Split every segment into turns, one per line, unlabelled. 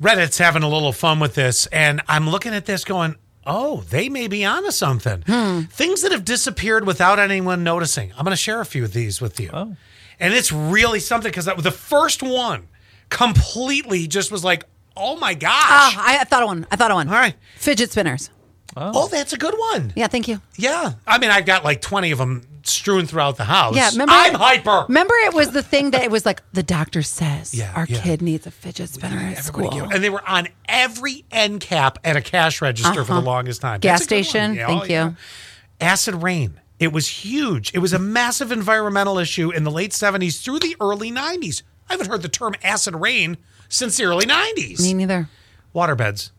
Reddit's having a little fun with this, and I'm looking at this going, oh, they may be onto something.
Hmm.
Things that have disappeared without anyone noticing. I'm going to share a few of these with you. And it's really something because the first one completely just was like, oh my gosh.
Ah, I, I thought of one. I thought of one.
All right.
Fidget spinners.
Oh, that's a good one.
Yeah, thank you.
Yeah. I mean, I've got like 20 of them strewn throughout the house.
Yeah, remember
I'm hyper.
Remember, it was the thing that it was like the doctor says
Yeah,
our
yeah.
kid needs a fidget spinner at
Everybody
school.
gave- and they were on every end cap at a cash register for the longest time.
Uh-huh.
That's
Gas
a good one.
station,
Yeah,
thank
oh, yeah.
you.
Acid rain. It was huge. It was a massive environmental issue in the late 70s through the early 90s. I haven't heard the term acid rain since the early 90s.
Me neither.
Waterbeds.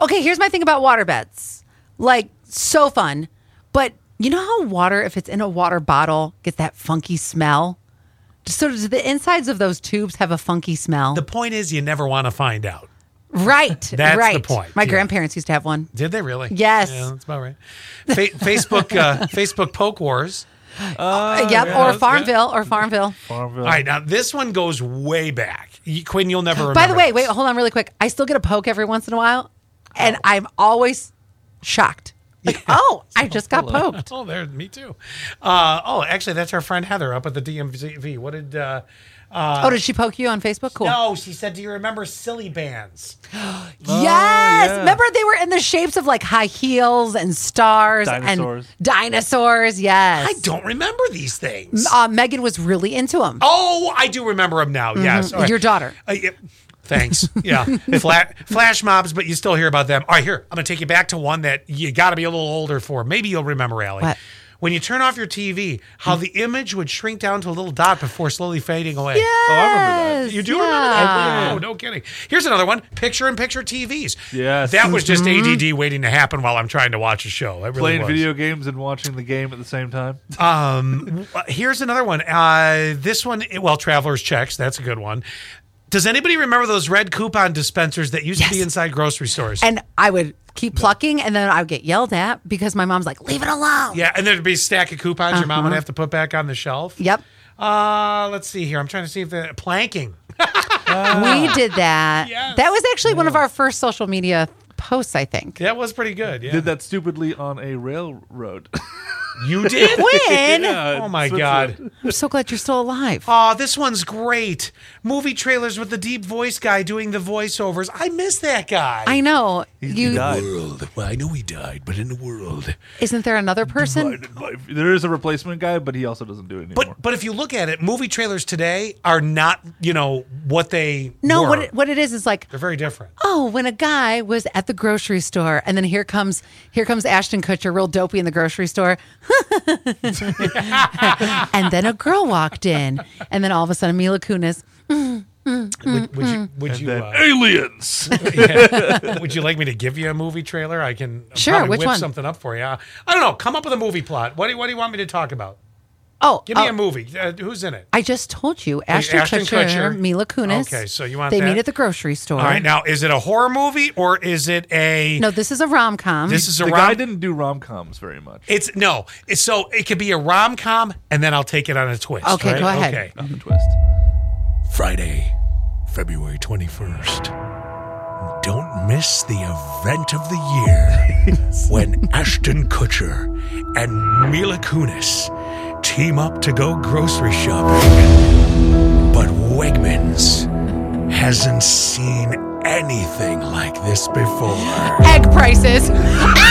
Okay, here's my thing about water beds. Like so fun, but you know how water, if it's in a water bottle, gets that funky smell. So does the insides of those tubes have a funky smell?
The point is, you never want to find out.
right.
That's the
right.
point,
My
yeah.
grandparents used to have one.
Did they really?
Yes.
Yeah, that's about right. Fa- Facebook, uh, Facebook poke wars.
Uh, yep. or Farmville. Or Farmville.
All right, now this one goes way back. You- Quinn, you'll never remember.
By the way,
this.
wait, hold on really quick. I still get a poke every once in a while, and I'm always shocked. Like, oh, I just got poked.
Oh, there, me too. Uh, oh, actually, that's our friend Heather up at the DMV. What did? Uh,
oh, did she poke you on Facebook? Cool.
no, Oh, she said. Do you remember silly bands?
Yes.
yeah.
Remember they were in the shapes of like high heels and stars
Dinosaurs.
and dinosaurs. Yes.
I don't remember these things.
Uh, Megan was really into them.
oh, I do remember them now. Yes, All right.
Your daughter.
Uh, yeah. Thanks. Yeah, Fla- flash mobs, but you still hear about them. All right, here I'm going to take you back to one that you got to be a little older for. Maybe you'll remember, Allie.
What?
When you turn off your TV, how the image would shrink down to a little dot before slowly fading away. Yeah.
remember
You do Oh, remember that? Oh, no kidding. Here's another one: picture-in-picture TVs.
Yes. Mm-hmm.
that was just ADD waiting to happen while I'm trying to watch a show. It really
Playing
was.
video games and watching the game at the same time.
Uh, Here's another one. Uh, this one, well, travelers checks. That's a good one. Does anybody remember those red coupon dispensers that used to be
Yes.
inside grocery stores?
And I would keep plucking, and then I would get yelled at because my mom's like, "Leave it alone."
yeah, and there'd be a stack of coupons your
Uh-huh.
mom would have to put back on the shelf.
Yep.
Uh, let's see here. I'm trying to see if the planking.
We did that.
Ah. Yes.
That was actually one of our first social media posts, I think.
That was pretty good. Yeah.
Did that stupidly on a railroad.
you did?
When?
Yeah,
oh my
Switzerland.
god.
I'm so glad you're still alive.
Oh, this one's great. Movie trailers with the deep voice guy doing the voiceovers. I miss that guy.
I know. you
died.
world. Well, I know he died, but in the world.
isn't there another person?
Divided life. There is a replacement guy, but he also doesn't do it anymore.
But but if you look at it, movie trailers today are not you know what they
No,
were.
what it, what it is is like
they're very different.
oh, when a guy was at the grocery store, and then here comes here comes Ashton Kutcher, real dopey in the grocery store, and then a girl walked in, and then all of a sudden Mila Kunis.
Would, would
mm-hmm.
you would you
then
uh,
aliens.
yeah. would you like me to give you a movie trailer? I can
Sure,
probably
which
whip
one?
something up for you. Uh, I don't know. Come up with a movie plot. What do you, what do you want me to talk about?
Oh,
Give me
oh,
a movie. Uh, who's in it?
I just told you, Ashton,
Ashton
Kutcher,
Kutcher.
Mila Kunis.
Okay, so you want
they
that?
meet at the grocery store.
All right, now is it a horror movie or is it a?
no, this is a rom com.
this is a
the
rom-
guy didn't do rom coms very much.
It's no. It's, so it could be a rom com, and then I'll take it on a twist.
Okay,
right?
go ahead.
Okay.
Not the twist.
Friday, February 21st. Don't miss the event of the year when Ashton Kutcher and Mila Kunis team up to go grocery shopping. But Wegmans hasn't seen anything like this before.
Egg prices.